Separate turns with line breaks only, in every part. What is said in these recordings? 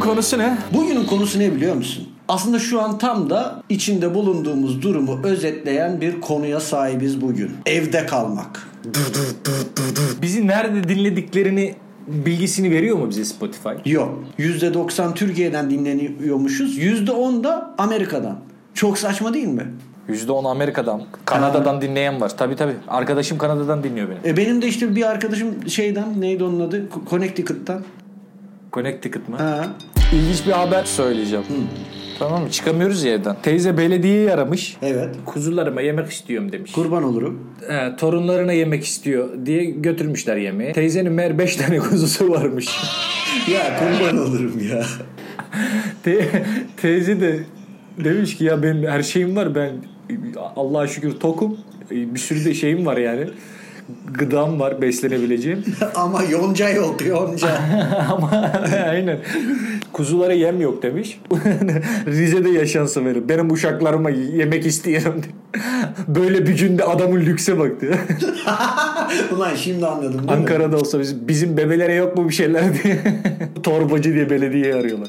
konusu ne?
Bugünün konusu ne biliyor musun? Aslında şu an tam da içinde bulunduğumuz durumu özetleyen bir konuya sahibiz bugün. Evde kalmak.
Bizi nerede dinlediklerini bilgisini veriyor mu bize Spotify?
Yok. %90 Türkiye'den dinleniyormuşuz. %10 da Amerika'dan. Çok saçma değil mi?
%10 Amerika'dan, Kanada'dan dinleyen var. Tabii tabii. Arkadaşım Kanada'dan dinliyor beni.
E benim de işte bir arkadaşım şeyden neydi onun adı? Connecticut'tan.
Connecticut mı?
Ha.
İlginç bir haber söyleyeceğim. Tamam mı? Çıkamıyoruz ya evden. Teyze belediyeyi aramış.
Evet.
Kuzularıma yemek istiyorum demiş.
Kurban olurum.
Ee, torunlarına yemek istiyor diye götürmüşler yemeği. Teyzenin meğer 5 tane kuzusu varmış.
Ya kurban olurum ya.
Te- teyze de demiş ki ya benim her şeyim var ben Allah'a şükür tokum bir sürü de şeyim var yani gıdam var beslenebileceğim
Ama yonca yok yonca.
ama aynen kuzulara yem yok demiş Rize'de yaşansa verir benim uşaklarıma yemek isteyelim böyle bir günde adamın lükse baktı
Ulan şimdi anladım değil mi?
Ankara'da olsa biz, bizim bebelere yok mu bir şeyler diye torbacı diye belediyeyi arıyorlar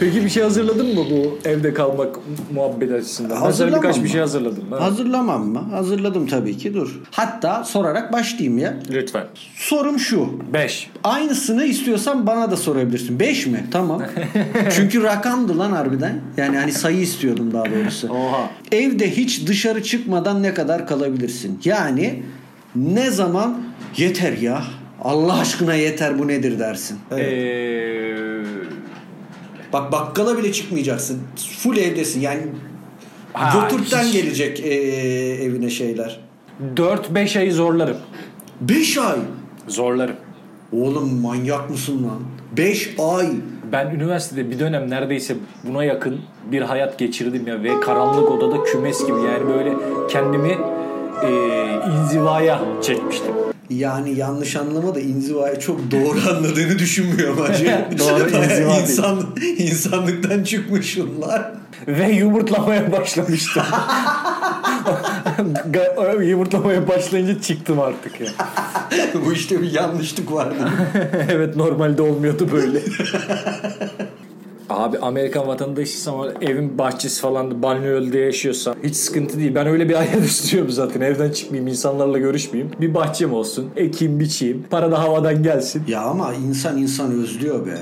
Peki bir şey hazırladın mı bu evde kalmak muhabbet açısından? Ben sana
Hazırlamam
birkaç
mı?
bir şey hazırladım. Ha.
Hazırlamam mı? Hazırladım tabii ki dur. Hatta sorarak başlayayım ya.
Lütfen.
Sorum şu.
5.
Aynısını istiyorsan bana da sorabilirsin. 5 mi? Tamam. Çünkü rakamdı lan harbiden. Yani hani sayı istiyordum daha doğrusu.
Oha.
Evde hiç dışarı çıkmadan ne kadar kalabilirsin? Yani ne zaman yeter ya. Allah aşkına yeter bu nedir dersin.
Ee,
Bak bakkala bile çıkmayacaksın. Full evdesin. Yani
Ha,
götürtten
hiç-
gelecek ee, evine şeyler.
4-5 ayı zorlarım.
5 ay.
Zorlarım.
Oğlum manyak mısın lan? 5 ay.
Ben üniversitede bir dönem neredeyse buna yakın bir hayat geçirdim ya ve karanlık odada kümes gibi yani böyle kendimi e, inzivaya çekmiştim.
Yani yanlış anlama da inzivayı çok doğru anladığını düşünmüyorum hacı.
Doğru,
Bayağı
inziva değil.
insan, insanlıktan çıkmış bunlar.
Ve yumurtlamaya başlamıştım. Ga- yumurtlamaya başlayınca çıktım artık ya.
Bu işte bir yanlışlık vardı.
evet normalde olmuyordu böyle. Abi Amerikan vatandaşıysam ama evin bahçesi falan banyoyolda yaşıyorsam hiç sıkıntı değil. Ben öyle bir hayat istiyorum zaten. Evden çıkmayayım, insanlarla görüşmeyeyim. Bir bahçem olsun, ekeyim, biçeyim. Para da havadan gelsin.
ya ama insan insan özlüyor be.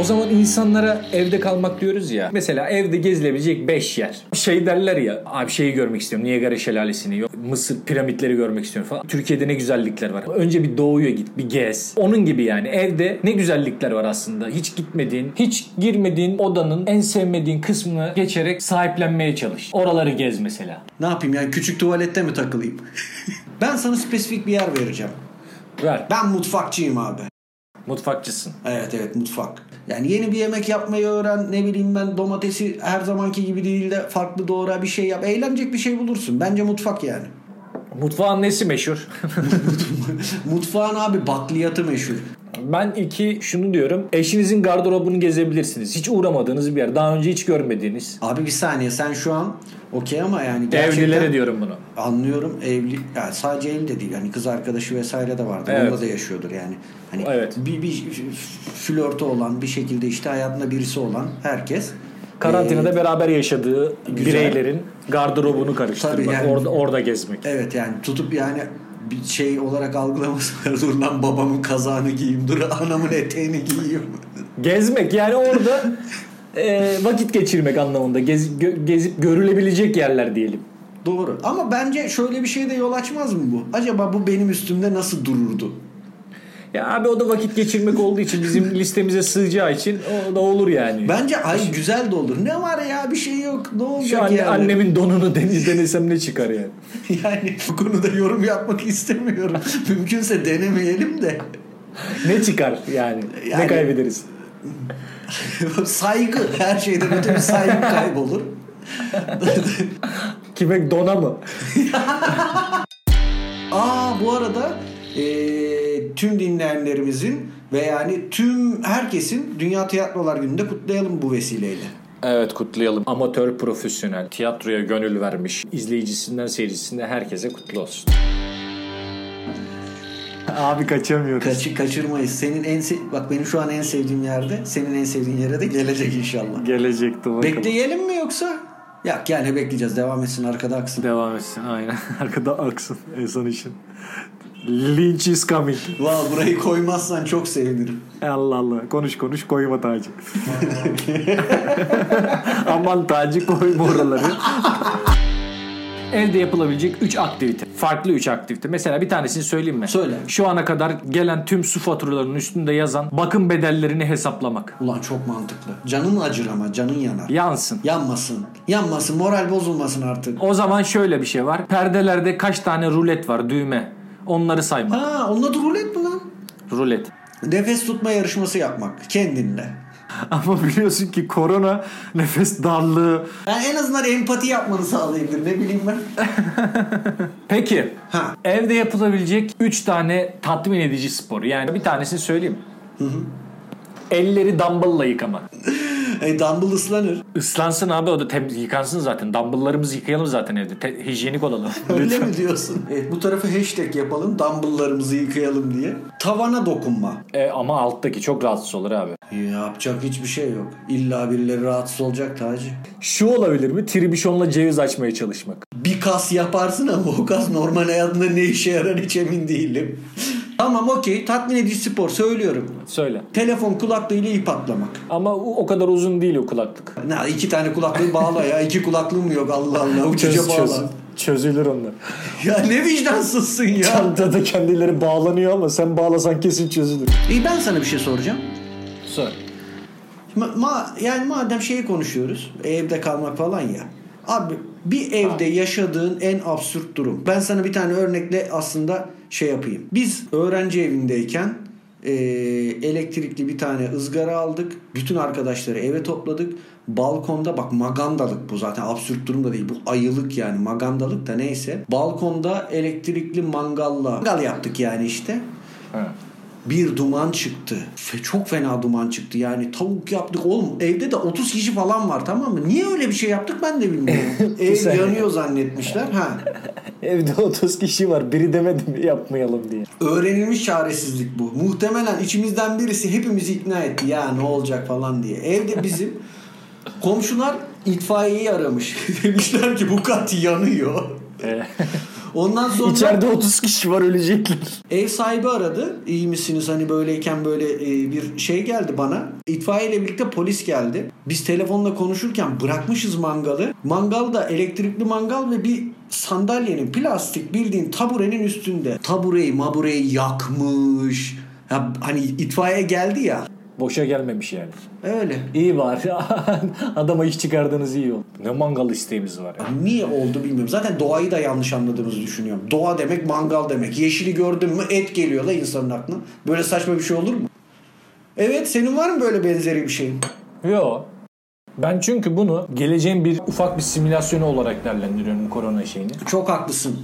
O zaman insanlara evde kalmak diyoruz ya. Mesela evde gezilebilecek 5 yer. Şey derler ya. Abi şeyi görmek istiyorum. Niagara şelalesini, yok Mısır piramitleri görmek istiyorum falan. Türkiye'de ne güzellikler var. Önce bir doğuya git, bir gez. Onun gibi yani. Evde ne güzellikler var aslında. Hiç gitmediğin, hiç girmediğin odanın en sevmediğin kısmını geçerek sahiplenmeye çalış. Oraları gez mesela.
Ne yapayım yani küçük tuvalette mi takılayım? ben sana spesifik bir yer vereceğim.
Ver.
Ben mutfakçıyım abi.
Mutfakçısın.
Evet evet mutfak. Yani yeni bir yemek yapmayı öğren ne bileyim ben domatesi her zamanki gibi değil de farklı doğra bir şey yap. Eğlenecek bir şey bulursun. Bence mutfak yani.
Mutfağın nesi meşhur?
Mutfağın abi bakliyatı meşhur.
Ben iki şunu diyorum. Eşinizin gardırobunu gezebilirsiniz. Hiç uğramadığınız bir yer. Daha önce hiç görmediğiniz.
Abi bir saniye sen şu an okey ama yani gerçekten
Evlilere diyorum bunu.
anlıyorum evli yani sadece evli de değil yani kız arkadaşı vesaire de vardı.
Evet.
Onunla da yaşıyordur yani. Hani
Evet.
bir, bir flörtü olan bir şekilde işte hayatında birisi olan herkes
Karantinada
Ee,
beraber yaşadığı
güzel.
bireylerin gardırobunu karıştırmak.
Tabii yani-
orada, orada gezmek.
Evet yani tutup yani bir şey olarak algılaması var. Dur lan babamın kazağını giyeyim. Dur anamın eteğini giyeyim.
Gezmek yani orada e, vakit geçirmek anlamında. Gez- gö- gezip görülebilecek yerler diyelim.
Doğru. Ama bence şöyle bir şeye de yol açmaz mı bu? Acaba bu benim üstümde nasıl dururdu?
Ya abi o da vakit geçirmek olduğu için bizim listemize sığacağı için o da olur yani.
Bence ay güzel de olur. Ne var ya bir şey yok. Ne olacak
Şu an
yani?
annemin donunu deniz denesem ne çıkar yani?
Yani bu konuda yorum yapmak istemiyorum. Mümkünse denemeyelim de.
Ne çıkar yani?
Yani-
Ne kaybederiz?
saygı. Her şeyden öte bir saygı kaybolur.
Kime dona mı?
Aa bu arada eee, tüm dinleyenlerimizin ve yani tüm herkesin Dünya Tiyatrolar Günü'nde kutlayalım bu vesileyle.
Evet kutlayalım. Amatör profesyonel, tiyatroya gönül vermiş, izleyicisinden seyircisine herkese kutlu olsun.
Abi kaçamıyoruz.
Kaçı, kaçırmayız. Senin en se- bak benim şu an en sevdiğim yerde, senin en sevdiğin yere de gelecek inşallah.
Gelecekte bakalım.
Bekleyelim mi yoksa? Yok yani bekleyeceğiz. Devam etsin arkada aksın.
Devam etsin aynen. Arkada aksın Ezan için. Lynch is coming.
Valla burayı koymazsan çok sevinirim.
E, Allah Allah. Konuş konuş koyma Taci. Aman Taci koyma oraları.
Evde yapılabilecek 3 aktivite. Farklı 3 aktivite. Mesela bir tanesini söyleyeyim mi?
Söyle.
Şu ana kadar gelen tüm su faturalarının üstünde yazan bakım bedellerini hesaplamak.
Ulan çok mantıklı. Canın acır ama canın yanar.
Yansın.
Yanmasın. Yanmasın. Moral bozulmasın artık.
O zaman şöyle bir şey var. Perdelerde kaç tane rulet var düğme. Onları saymak.
Ha onunla da rulet mi lan?
Rulet.
Nefes tutma yarışması yapmak. Kendinle.
Ama biliyorsun ki korona nefes darlığı.
Ben en azından empati yapmanı sağlayabilir. Ne bileyim ben.
Peki.
Ha.
Evde yapılabilecek 3 tane tatmin edici spor. Yani bir tanesini söyleyeyim. Elleri dumbbell'la yıkamak.
E, dumbbell ıslanır.
Islansın abi o da temiz yıkansın zaten. Dumbbell'larımızı yıkayalım zaten evde. Te- hijyenik olalım.
Öyle mi diyorsun? Evet, bu tarafa hashtag yapalım. Dumbbell'larımızı yıkayalım diye. Tavana dokunma.
E, ama alttaki çok rahatsız olur abi.
Yapacak hiçbir şey yok. İlla birileri rahatsız olacak Taci.
Şu olabilir mi? Tribüşonla ceviz açmaya çalışmak.
Bir kas yaparsın ama o kas normal hayatında ne işe yarar hiç emin değilim. tamam okey tatmin edici spor söylüyorum.
Söyle.
Telefon kulaklığıyla ip atlamak.
Ama o o kadar uzun değil o kulaklık.
Ne iki tane kulaklığı bağla ya. iki kulaklığım mı yok Allah Allah. Uçuca
Çöz, çöz,
bağla.
çözülür onlar.
Ya ne vicdansızsın ya.
Çantada kendileri bağlanıyor ama sen bağlasan kesin çözülür.
İyi ben sana bir şey soracağım.
Söyle.
Ma- ma- yani madem şeyi konuşuyoruz. Evde kalmak falan ya. Abi bir evde yaşadığın en absürt durum. Ben sana bir tane örnekle aslında şey yapayım. Biz öğrenci evindeyken e, elektrikli bir tane ızgara aldık. Bütün arkadaşları eve topladık. Balkonda bak magandalık bu zaten absürt durum da değil. Bu ayılık yani magandalık da neyse. Balkonda elektrikli mangalla mangal yaptık yani işte bir duman çıktı. Fe- çok fena duman çıktı. Yani tavuk yaptık oğlum. Evde de 30 kişi falan var tamam mı? Niye öyle bir şey yaptık ben de bilmiyorum. Ev yanıyor zannetmişler. Ha.
Evde 30 kişi var. Biri demedi mi yapmayalım diye.
Öğrenilmiş çaresizlik bu. Muhtemelen içimizden birisi hepimizi ikna etti. Ya ne olacak falan diye. Evde bizim komşular itfaiyeyi aramış. Demişler ki bu kat yanıyor.
Ee,
Ondan sonra
İçeride 30 kişi var ölecekler.
Ev sahibi aradı. İyi misiniz? Hani böyleyken böyle e, bir şey geldi bana. İtfaiye ile birlikte polis geldi. Biz telefonla konuşurken bırakmışız mangalı. Mangal da elektrikli mangal ve bir sandalyenin plastik bildiğin taburenin üstünde. Tabureyi mabureyi yakmış. Ya, hani itfaiye geldi ya.
Boşa gelmemiş yani.
Öyle.
İyi var. Adama iş çıkardığınız iyi oldu.
Ne mangal isteğimiz var ya.
Niye oldu bilmiyorum. Zaten doğayı da yanlış anladığımızı düşünüyorum. Doğa demek mangal demek. Yeşili gördün mü et geliyor da insanın aklına. Böyle saçma bir şey olur mu? Evet senin var mı böyle benzeri bir şeyin?
Yo. Ben çünkü bunu geleceğin bir ufak bir simülasyonu olarak değerlendiriyorum korona şeyini.
Çok haklısın.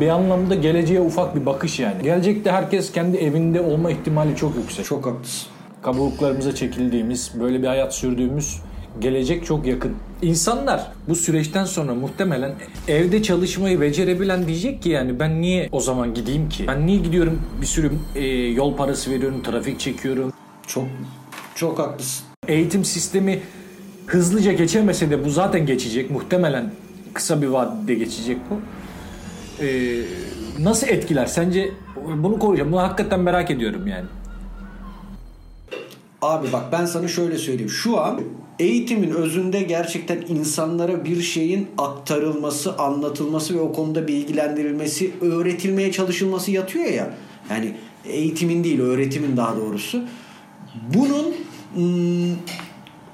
Bir anlamda geleceğe ufak bir bakış yani. Gelecekte herkes kendi evinde olma ihtimali çok yüksek.
Çok haklısın.
kabuklarımıza çekildiğimiz, böyle bir hayat sürdüğümüz gelecek çok yakın. İnsanlar bu süreçten sonra muhtemelen evde çalışmayı becerebilen diyecek ki yani ben niye o zaman gideyim ki? Ben niye gidiyorum bir sürü e, yol parası veriyorum, trafik çekiyorum.
Çok çok haklısın.
Eğitim sistemi hızlıca geçemese de bu zaten geçecek. Muhtemelen kısa bir vadede geçecek bu. E, nasıl etkiler? Sence bunu koruyacağım. Bunu hakikaten merak ediyorum yani.
Abi bak ben sana şöyle söyleyeyim. Şu an eğitimin özünde gerçekten insanlara bir şeyin aktarılması, anlatılması ve o konuda bilgilendirilmesi, öğretilmeye çalışılması yatıyor ya. Yani eğitimin değil, öğretimin daha doğrusu. Bunun ım,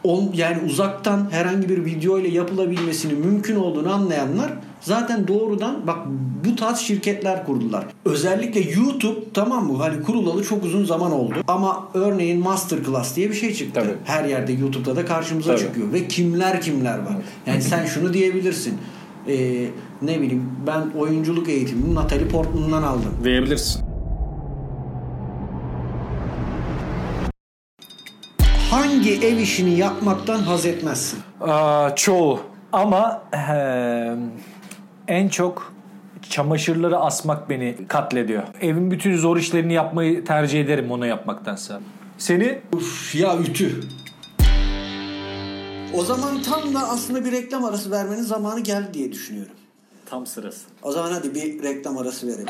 on, yani uzaktan herhangi bir video ile yapılabilmesini mümkün olduğunu anlayanlar zaten doğrudan bak bu tarz şirketler kurdular. Özellikle YouTube tamam mı? Hani kurulalı çok uzun zaman oldu. Ama örneğin Masterclass diye bir şey çıktı.
Tabii.
Her yerde YouTube'da da karşımıza
Tabii.
çıkıyor. Ve kimler kimler var. Yani sen şunu diyebilirsin. Ee, ne bileyim ben oyunculuk eğitimini Natalie Portman'dan aldım.
Diyebilirsin.
Hangi ev işini yapmaktan haz etmezsin?
Aa, çoğu. Ama eee, en çok Çamaşırları asmak beni katlediyor. Evin bütün zor işlerini yapmayı tercih ederim onu yapmaktansa. Seni
Uf, ya ütü. O zaman tam da aslında bir reklam arası vermenin zamanı geldi diye düşünüyorum.
Tam sırası.
O zaman hadi bir reklam arası verelim.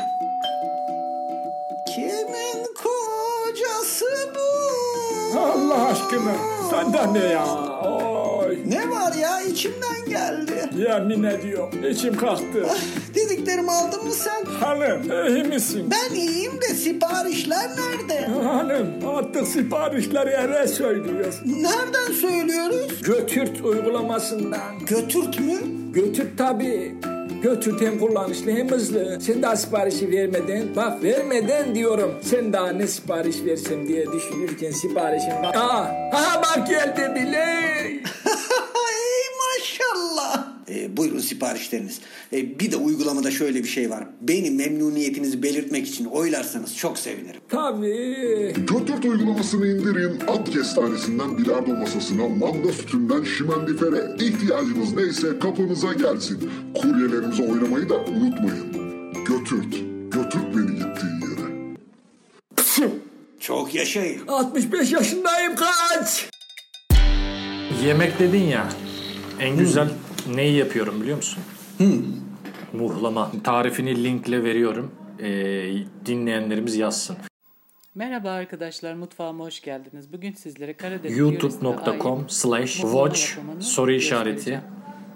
Kimin kocası bu?
Allah aşkına. Senden ne ya? Oy.
Ne var ya içimden geldi.
Yemin ediyorum. içim kalktı.
Dediklerimi aldın mı sen?
Hanım iyi misin?
Ben iyiyim de siparişler nerede?
Hanım artık siparişleri eve söylüyoruz.
Nereden söylüyoruz?
Götürt uygulamasından.
Götürt mü?
Götür tabi. Götür hem kullanışlı hem hızlı. Sen daha siparişi vermeden, bak vermeden diyorum. Sen daha ne sipariş versem diye düşünürken siparişin bak. Aa, aha bak geldi bile.
Ay maşallah. E, buyurun siparişleriniz. E, bir de uygulamada şöyle bir şey var. Beni memnuniyetinizi belirtmek için oylarsanız çok sevinirim.
Tabii.
Götürt uygulamasını indirin. At kestanesinden bilardo masasına, manda sütünden şimendifere. ihtiyacınız neyse kapınıza gelsin. Kuryelerimize oynamayı da unutmayın. Götürt. Götürt beni gittiği yere.
Çok yaşayın.
65 yaşındayım kaç.
yemek dedin ya. Hmm. En güzel neyi yapıyorum biliyor musun? Hmm. Muhlama. Tarifini linkle veriyorum. Ee, dinleyenlerimiz yazsın.
Merhaba arkadaşlar, mutfağıma hoş geldiniz. Bugün sizlere Karadeniz
youtube.com slash watch soru işareti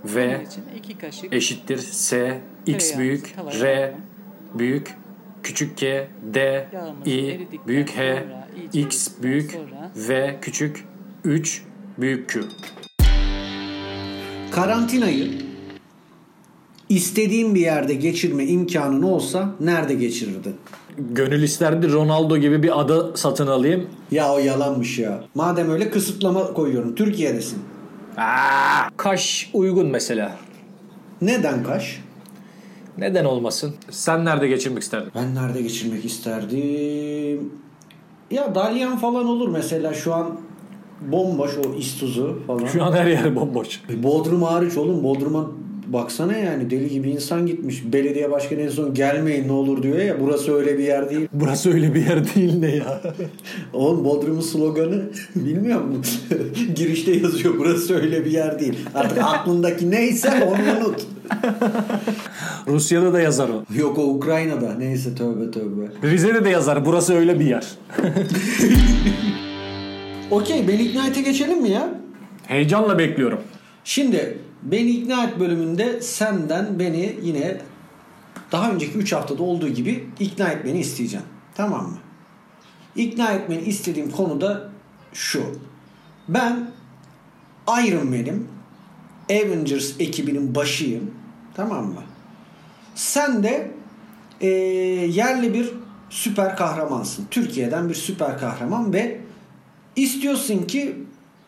ve
iki kaşık
eşittir S x
Tereyağımızı
büyük
tavaya
R
alalım.
büyük küçük K D
Yağımız
I
eridikten
büyük H
sonra, iyice
X
eridikten
büyük
sonra-
V küçük 3 büyük Q.
Karantinayı istediğim bir yerde geçirme imkanın olsa nerede geçirirdin?
Gönül isterdi Ronaldo gibi bir ada satın alayım.
Ya o yalanmış ya. Madem öyle kısıtlama koyuyorum. Türkiye'desin.
Aa, Kaş uygun mesela.
Neden Kaş?
Neden olmasın? Sen nerede geçirmek isterdin?
Ben nerede geçirmek isterdim? Ya Dalyan falan olur mesela şu an bomboş o istuzu falan.
Şu an her yer bomboş.
E, Bodrum hariç oğlum Bodrum'a baksana yani deli gibi insan gitmiş. Belediye başkanı en son gelmeyin ne olur diyor ya burası öyle bir yer değil.
Burası öyle bir yer değil ne ya?
Oğlum Bodrum'un sloganı bilmiyor musun? Girişte yazıyor burası öyle bir yer değil. Artık aklındaki neyse onu unut.
Rusya'da da yazar o.
Yok o Ukrayna'da neyse tövbe tövbe.
Rize'de de yazar. Burası öyle bir yer.
Okey beni ikna ete geçelim mi ya?
Heyecanla bekliyorum.
Şimdi beni ikna et bölümünde senden beni yine daha önceki 3 haftada olduğu gibi ikna etmeni isteyeceğim. Tamam mı? İkna etmeni istediğim konu da şu. Ben Iron Man'im. Avengers ekibinin başıyım. Tamam mı? Sen de eee, yerli bir süper kahramansın. Türkiye'den bir süper kahraman ve istiyorsun ki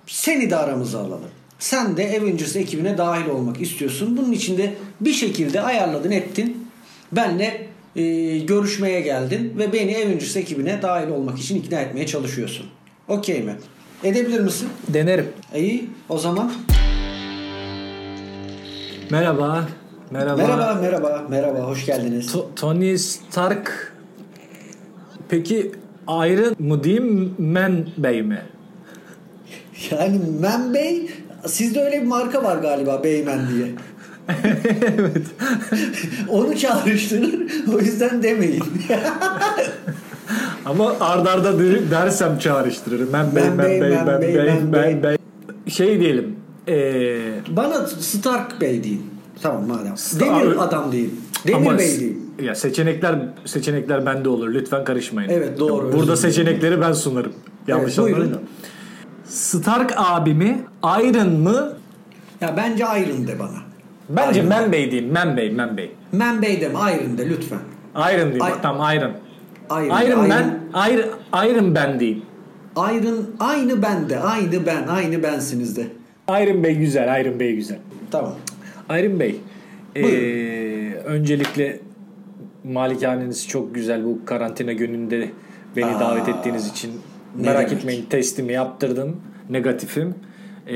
seni de aramıza alalım. Sen de Avengers ekibine dahil olmak istiyorsun. Bunun için de bir şekilde ayarladın ettin. Benle eee, görüşmeye geldin ve beni Avengers ekibine dahil olmak için ikna etmeye çalışıyorsun. Okey mi? Edebilir misin?
Denerim.
İyi. O zaman
Merhaba. Merhaba.
merhaba, merhaba, merhaba. Hoş geldiniz.
To- Tony Stark. Peki ayrı mı diyeyim men bey mi?
Yani Men Bey sizde öyle bir marka var galiba Beymen diye. Onu çağrıştırır. O yüzden demeyin.
Ama ardarda arda dersem çağrıştırır. Men bey men bey men bey men bey. Şey diyelim. Ee,
Bana Stark Bey deyin. Tamam madem.
Star-
Demir adam deyin. Demir
ama
Bey
s-
deyin.
Ya seçenekler seçenekler bende olur. Lütfen karışmayın.
Evet, doğru. Özür
Burada
dilerim.
seçenekleri ben sunarım. Yanlış
Evet, buyurun.
anladın mı? Stark abimi Iron mı?
Ya bence Iron de bana.
Bence men bey diyeyim. Men bey men bey.
Men Bey deme Iron de lütfen.
Iron diyeyim.
Ay-
Tamam Iron.
Iron,
Iron ben Iron, Iron ben diyeyim.
Iron aynı bende. Aynı ben. Aynı bensiniz de.
Iron Bey güzel, Iron Bey güzel.
Tamam.
Iron Bey, ee, öncelikle malikaneniz çok güzel bu karantina gününde beni davet ettiğiniz için.
ne
Merak
demek.
etmeyin testimi yaptırdım, negatifim. Ee,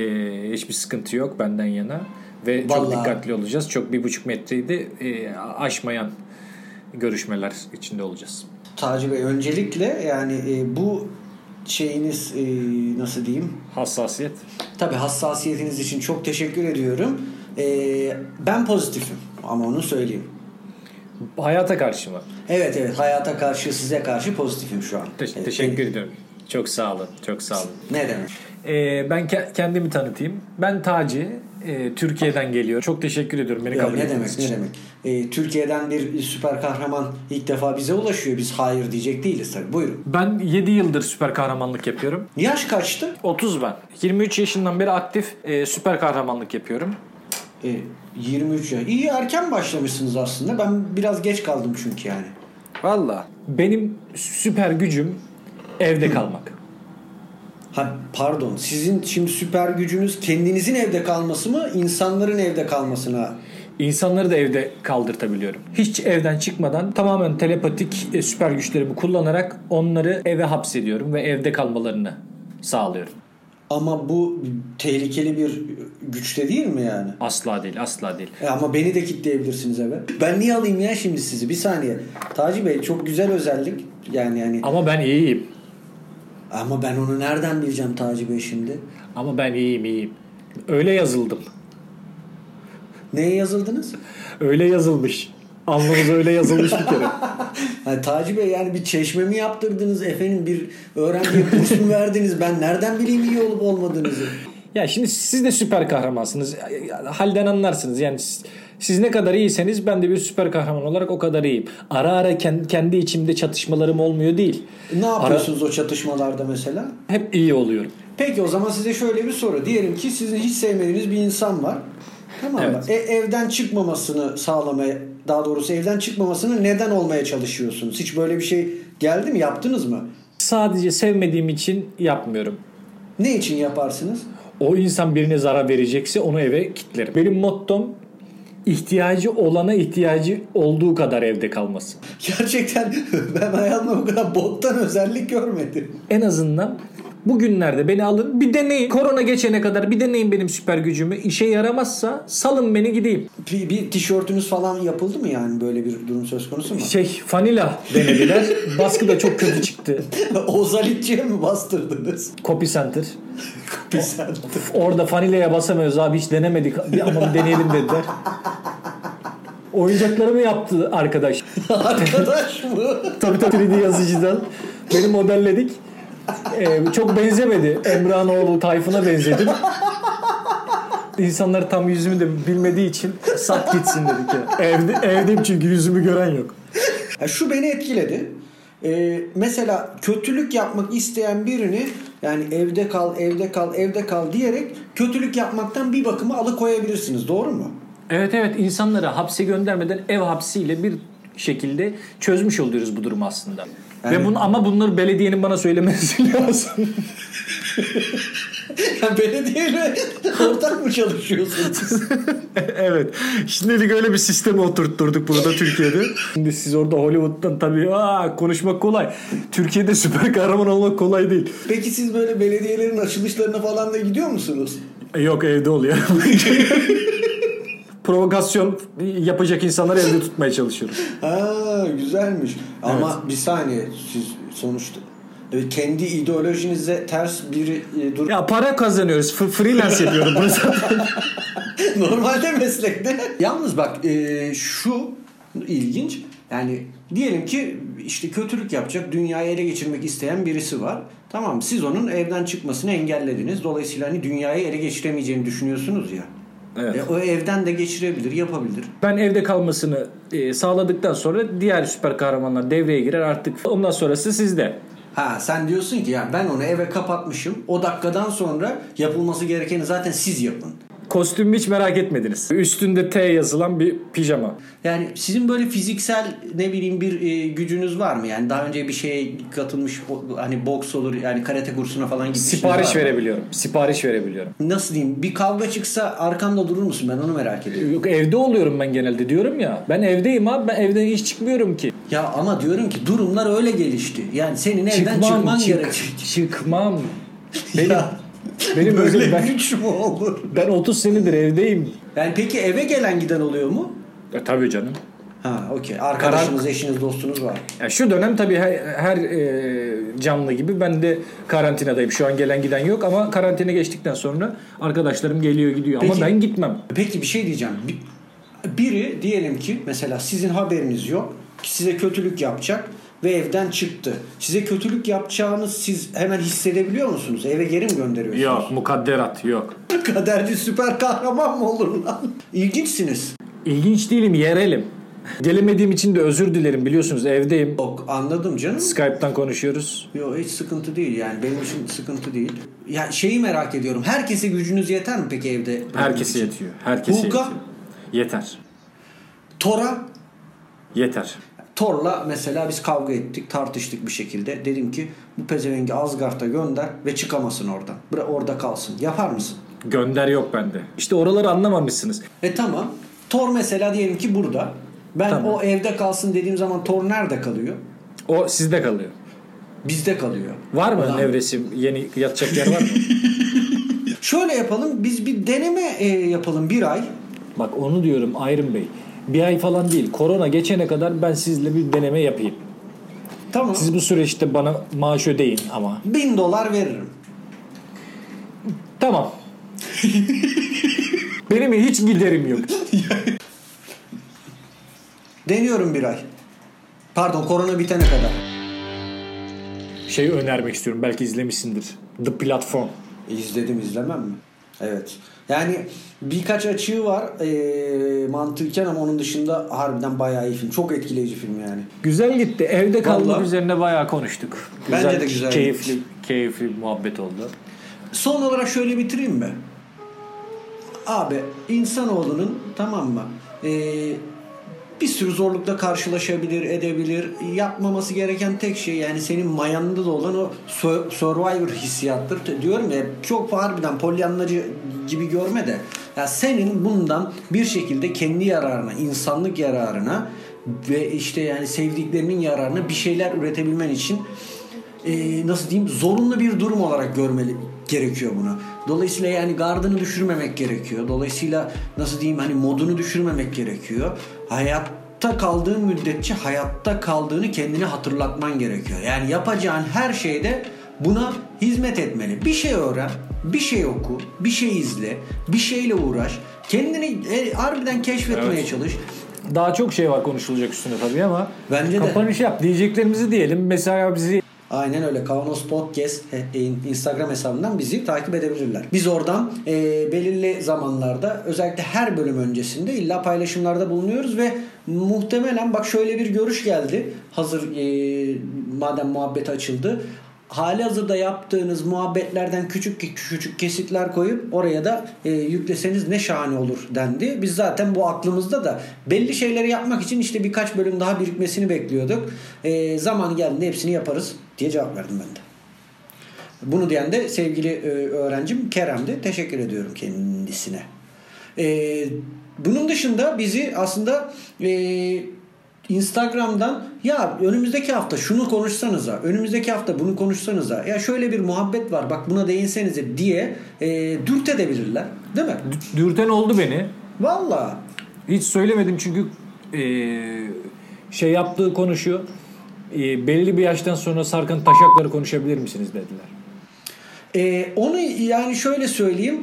hiçbir sıkıntı yok benden yana. Ve çok
Vallahi.
dikkatli olacağız. Çok bir buçuk metreydi. E, aşmayan görüşmeler içinde olacağız.
Taci Bey öncelikle yani e, bu şeyiniz e, nasıl diyeyim?
Hassasiyet.
Tabii hassasiyetiniz için çok teşekkür ediyorum. E, ben pozitifim ama onu söyleyeyim.
Hayata karşı mı?
Evet evet hayata karşı size karşı pozitifim şu an.
Te-
E,
teşekkür ediyorum. Çok sağ olun. Çok sağ olun.
Ne demek?
Ee, ben ke- kendimi tanıtayım. Ben Taci. Ee, Türkiye'den geliyorum. Çok teşekkür ediyorum beni
Ya
kabul
ne
ettiğiniz
demek
için.
ne demek. E, Türkiye'den bir süper kahraman ilk defa bize ulaşıyor. Biz hayır diyecek değiliz tabii. Buyurun.
Ben 7 yıldır süper kahramanlık yapıyorum.
Yaş kaçtı?
30 ben. 23 yaşından beri aktif e, süper kahramanlık yapıyorum.
E, 23 yaş. İyi erken başlamışsınız aslında. Ben biraz geç kaldım çünkü yani.
Valla. Benim süper gücüm evde kalmak.
Ha pardon. Sizin şimdi süper gücünüz kendinizin evde kalması mı, insanların evde kalmasına?
İnsanları da evde kaldırtabiliyorum. Hiç evden çıkmadan tamamen telepatik e, süper güçlerimi kullanarak onları eve hapsediyorum ve evde kalmalarını sağlıyorum.
Ama bu tehlikeli bir güçte değil mi yani?
Asla değil, asla değil.
E ama beni de kitleyebilirsiniz eve. Ben niye alayım ya şimdi sizi? Bir saniye. Taci Bey çok güzel özellik. Yani yani
Ama ben iyiyim.
ama ben onu nereden bileceğim Taci Bey şimdi?
Ama ben iyiyim, iyiyim. Öyle yazıldım.
Neye yazıldınız?
Öyle yazılmış. Alnımız öyle yazılmış bir kere.
Ha, Taci Bey yani bir çeşme mi yaptırdınız efendim bir öğrenciye burs mu verdiniz ben nereden bileyim iyi olup olmadığınızı.
Ya şimdi siz de süper kahramansınız. Halden anlarsınız. Yani siz, siz ne kadar iyiyseniz ben de bir süper kahraman olarak o kadar iyiyim. Ara ara ken- kendi içimde çatışmalarım olmuyor değil.
Ne yapıyorsunuz o çatışmalarda mesela?
Hep iyi oluyorum.
Peki o zaman size şöyle bir soru. Diyelim ki sizin hiç sevmediğiniz bir insan var. Tamam mı?
Evet.
E, evden çıkmamasını sağlamaya daha doğrusu evden çıkmamasını neden olmaya çalışıyorsunuz? Hiç böyle bir şey geldi mi? Yaptınız mı?
Sadece sevmediğim için yapmıyorum.
Ne için yaparsınız?
O insan birine zarar verecekse onu eve kilitlerim. Benim mottom ihtiyacı olana ihtiyacı olduğu kadar evde kalması.
Gerçekten ben hayatımda bu kadar boktan özellik görmedim.
En azından bugünlerde beni alın bir deneyin. Korona geçene kadar bir deneyin benim süper gücümü. İşe yaramazsa salın beni gideyim.
Bir, bir tişörtünüz falan yapıldı mı yani böyle bir durum söz konusu mu?
Şey fanila denediler. Baskı da çok kötü çıktı.
Ozalitçiye mi bastırdınız?
Copy Center.
Güzel.
Orada fanilaya basamıyoruz abi hiç denemedik Bir- ama bir deneyelim dediler. Oyuncaklarımı yaptı arkadaş.
Arkadaş mı?
Tabii tabii 3D yazıcıdan. Beni modelledik. Ee, çok benzemedi. Emrah'ın oğlu Tayfun'a benzedim. İnsanlar tam yüzümü de bilmediği için sat gitsin dedik ya. Evde, evdeyim çünkü yüzümü gören yok.
Ya şu beni etkiledi. Ee, mesela kötülük yapmak isteyen birini yani evde kal, evde kal, evde kal diyerek kötülük yapmaktan bir bakıma alıkoyabilirsiniz. Doğru mu?
Evet evet insanları hapse göndermeden ev hapsiyle bir şekilde çözmüş oluyoruz bu durumu aslında. Ve bunu, ama bunları belediyenin bana söylemesi lazım.
Ya belediyeyle ortak mı çalışıyorsunuz?
evet. Şimdilik öyle bir sistemi oturtturduk burada Türkiye'de. Şimdi siz orada Hollywood'dan tabii aa, konuşmak kolay. Türkiye'de süper kahraman olmak kolay değil.
Peki siz böyle belediyelerin açılışlarına falan da gidiyor musunuz?
E, Yok evde oluyor. Provokasyon yapacak insanları evde tutmaya çalışıyorum.
Ha güzelmiş. Ama bir saniye siz sonuçta e, kendi ideolojinize ters bir e, durum.
Ya para kazanıyoruz. f- freelance yapıyorum. Burası.
Normalde meslekte. Yalnız bak e, şu ilginç. Yani diyelim ki işte kötülük yapacak, dünyayı ele geçirmek isteyen birisi var. Tamam siz onun evden çıkmasını engellediniz. Dolayısıyla hani dünyayı ele geçiremeyeceğini düşünüyorsunuz ya.
Evet.
E, o evden de geçirebilir, yapabilir.
Ben evde kalmasını e, sağladıktan sonra diğer süper kahramanlar devreye girer artık. Ondan sonrası sizde.
Ha sen diyorsun ki ya ben onu eve kapatmışım. O dakikadan sonra yapılması gerekeni zaten siz yapın.
Kostümü hiç merak etmediniz. Üstünde T yazılan bir pijama.
Yani sizin böyle fiziksel ne bileyim bir e, gücünüz var mı? Yani daha önce bir şeye katılmış o- hani boks olur yani karate kursuna falan gitmişsiniz. var
Sipariş
mı?
verebiliyorum. Sipariş verebiliyorum.
Nasıl diyeyim? Bir kavga çıksa arkamda durur musun? Ben onu merak ediyorum.
Yok evde oluyorum ben genelde diyorum ya. Ben evdeyim abi. Ben evden hiç çıkmıyorum ki.
Ya ama diyorum ki durumlar öyle gelişti. Yani senin evden
Çıkmam,
çıkman
çık-
gerekecek.
Çıkmam. Benim
Ya.
Benim özel,
Böyle
ben,
güç mü olur?
ben 30 senedir evdeyim.
Yani peki eve gelen giden oluyor mu?
E, tabii canım.
Ha okey. Arkadaşınız, eşiniz, dostunuz var.
Ya şu dönem tabii her, her e, canlı gibi ben de karantinadayım. Şu an gelen giden yok ama karantina geçtikten sonra arkadaşlarım geliyor gidiyor
Peki.
ama ben gitmem.
Peki bir şey diyeceğim. Bi- Biri diyelim ki mesela sizin haberiniz yok. Size kötülük yapacak ve evden çıktı. Size kötülük yapacağınız siz hemen hissedebiliyor musunuz? Eve geri mi gönderiyorsunuz?
Yok mukadderat yok.
Kaderci süper kahraman mı olur lan? İlginçsiniz.
İlginç değilim yerelim. Gelemediğim için de özür dilerim biliyorsunuz evdeyim.
Yok anladım canım.
Skype'tan konuşuyoruz.
Yok hiç sıkıntı değil yani benim için sıkıntı değil. Ya şeyi merak ediyorum. Herkese gücünüz yeter mi peki evde?
Herkese yetiyor. Herkese
Hulk'a?
yetiyor. Yeter.
Tora
Yeter.
Thor'la mesela biz kavga ettik, tartıştık bir şekilde. Dedim ki bu pezevengi Asgard'a gönder ve çıkamasın oradan. Bıra orada kalsın. Yapar mısın?
Gönder yok bende. İşte oraları anlamamışsınız.
E tamam. Thor mesela diyelim ki burada. Ben
Tamam.
o evde kalsın dediğim zaman Thor nerede kalıyor?
O sizde kalıyor.
Bizde kalıyor.
Var mı
Ulan.
evresi yeni yatacak yer var mı?
Şöyle yapalım. Biz bir deneme e, yapalım bir ay.
Bak onu diyorum Iron Bey. Bir ay falan değil. Korona geçene kadar ben sizle bir deneme yapayım.
Tamam.
Siz bu süreçte bana maaş ödeyin ama.
Bin dolar veririm.
Tamam. Benim hiç giderim yok.
Deniyorum bir ay. Pardon korona bitene kadar.
Şey önermek istiyorum. Belki izlemişsindir. The Platform.
İzledim izlemem mi? Evet. Yani birkaç açığı var ee, mantıken ama onun dışında harbiden bayağı iyi film. Çok etkileyici film yani.
Güzel gitti. Evde kalmak
Vallahi.
üzerine bayağı konuştuk.
Bence de güzel
Keyifli, keyifli muhabbet oldu.
Son olarak şöyle bitireyim mi? Abi insanoğlunun tamam mı? Ee, bir sürü zorlukla karşılaşabilir, edebilir. Yapmaması gereken tek şey yani senin mayanda da olan o sur- survivor hissiyattır. Te- Diyorum ya çok harbiden polyanlacı gibi görme de. Ya senin bundan bir şekilde kendi yararına, insanlık yararına ve işte yani sevdiklerinin yararına bir şeyler üretebilmen için e, nasıl diyeyim zorunlu bir durum olarak görmeli gerekiyor bunu. Dolayısıyla yani gardını düşürmemek gerekiyor. Dolayısıyla nasıl diyeyim hani modunu düşürmemek gerekiyor. Hayatta kaldığın müddetçe hayatta kaldığını kendine hatırlatman gerekiyor. Yani yapacağın her şeyde buna hizmet etmeli. Bir şey öğren, bir şey oku, bir şey izle, bir şeyle uğraş. Kendini e, harbiden keşfetmeye çalış.
Daha çok şey var konuşulacak üstüne tabii ama
Bence de.
kapanış yap. Diyeceklerimizi diyelim. Mesela bizi
Aynen öyle. Kavanos Podcast e, e, Instagram hesabından bizi takip edebilirler. Biz oradan e, belirli zamanlarda özellikle her bölüm öncesinde illa paylaşımlarda bulunuyoruz ve muhtemelen bak şöyle bir görüş geldi. Hazır e, madem muhabbet açıldı. Hali hazırda yaptığınız muhabbetlerden küçük küçük kesitler koyup oraya da e, yükleseniz ne şahane olur dendi. Biz zaten bu aklımızda da belli şeyleri yapmak için işte birkaç bölüm daha birikmesini bekliyorduk. E, zaman geldiğinde hepsini yaparız diye cevap verdim ben de. Bunu diyen de sevgili e, öğrencim Kerem'di. Teşekkür ediyorum kendisine. E, bunun dışında bizi aslında e, Instagram'dan ya önümüzdeki hafta şunu konuşsanıza, önümüzdeki hafta bunu konuşsanıza, ya şöyle bir muhabbet var bak buna değinsenize diye e, dürt edebilirler. Değil mi?
dürten oldu beni.
Valla.
Hiç söylemedim çünkü eee, şey yaptığı konuşuyor. Eee, belli bir yaştan sonra sarkan taşakları konuşabilir misiniz dediler.
E, onu yani şöyle söyleyeyim.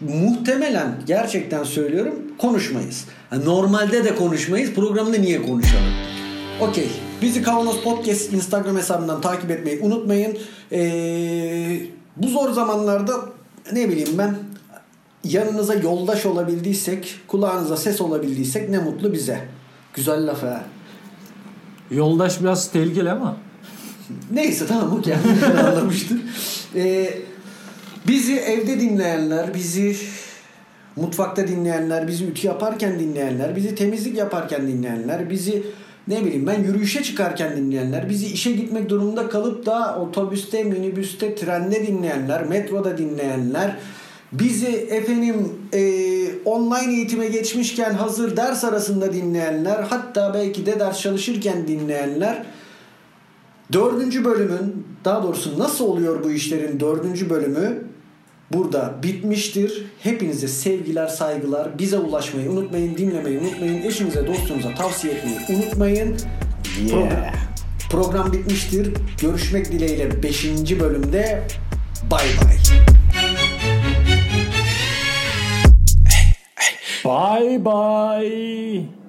Muhtemelen gerçekten söylüyorum konuşmayız. Ha, Normalde de konuşmayız. Programda niye konuşalım? Okey. Bizi Kavanoz Podcast Instagram hesabından takip etmeyi unutmayın. Ee, bu zor zamanlarda ne bileyim ben yanınıza yoldaş olabildiysek, kulağınıza ses olabildiysek ne mutlu bize. Güzel laf ha.
Yoldaş biraz tehlikeli ama.
Neyse tamam o kendini anlamıştır. Ee, bizi evde dinleyenler, bizi mutfakta dinleyenler, bizi ütü yaparken dinleyenler, bizi temizlik yaparken dinleyenler, bizi ne bileyim ben yürüyüşe çıkarken dinleyenler, bizi işe gitmek durumunda kalıp da otobüste, minibüste, trende dinleyenler, metroda dinleyenler, bizi efendim e, online eğitime geçmişken hazır ders arasında dinleyenler, hatta belki de ders çalışırken dinleyenler, Dördüncü bölümün daha doğrusu nasıl oluyor bu işlerin dördüncü bölümü burada bitmiştir. Hepinize sevgiler, saygılar. Bize ulaşmayı unutmayın, dinlemeyi unutmayın. Eşinize, dostunuza tavsiye etmeyi unutmayın. Program, program bitmiştir. Görüşmek dileğiyle 5. bölümde. Bay bay.
Bye bye.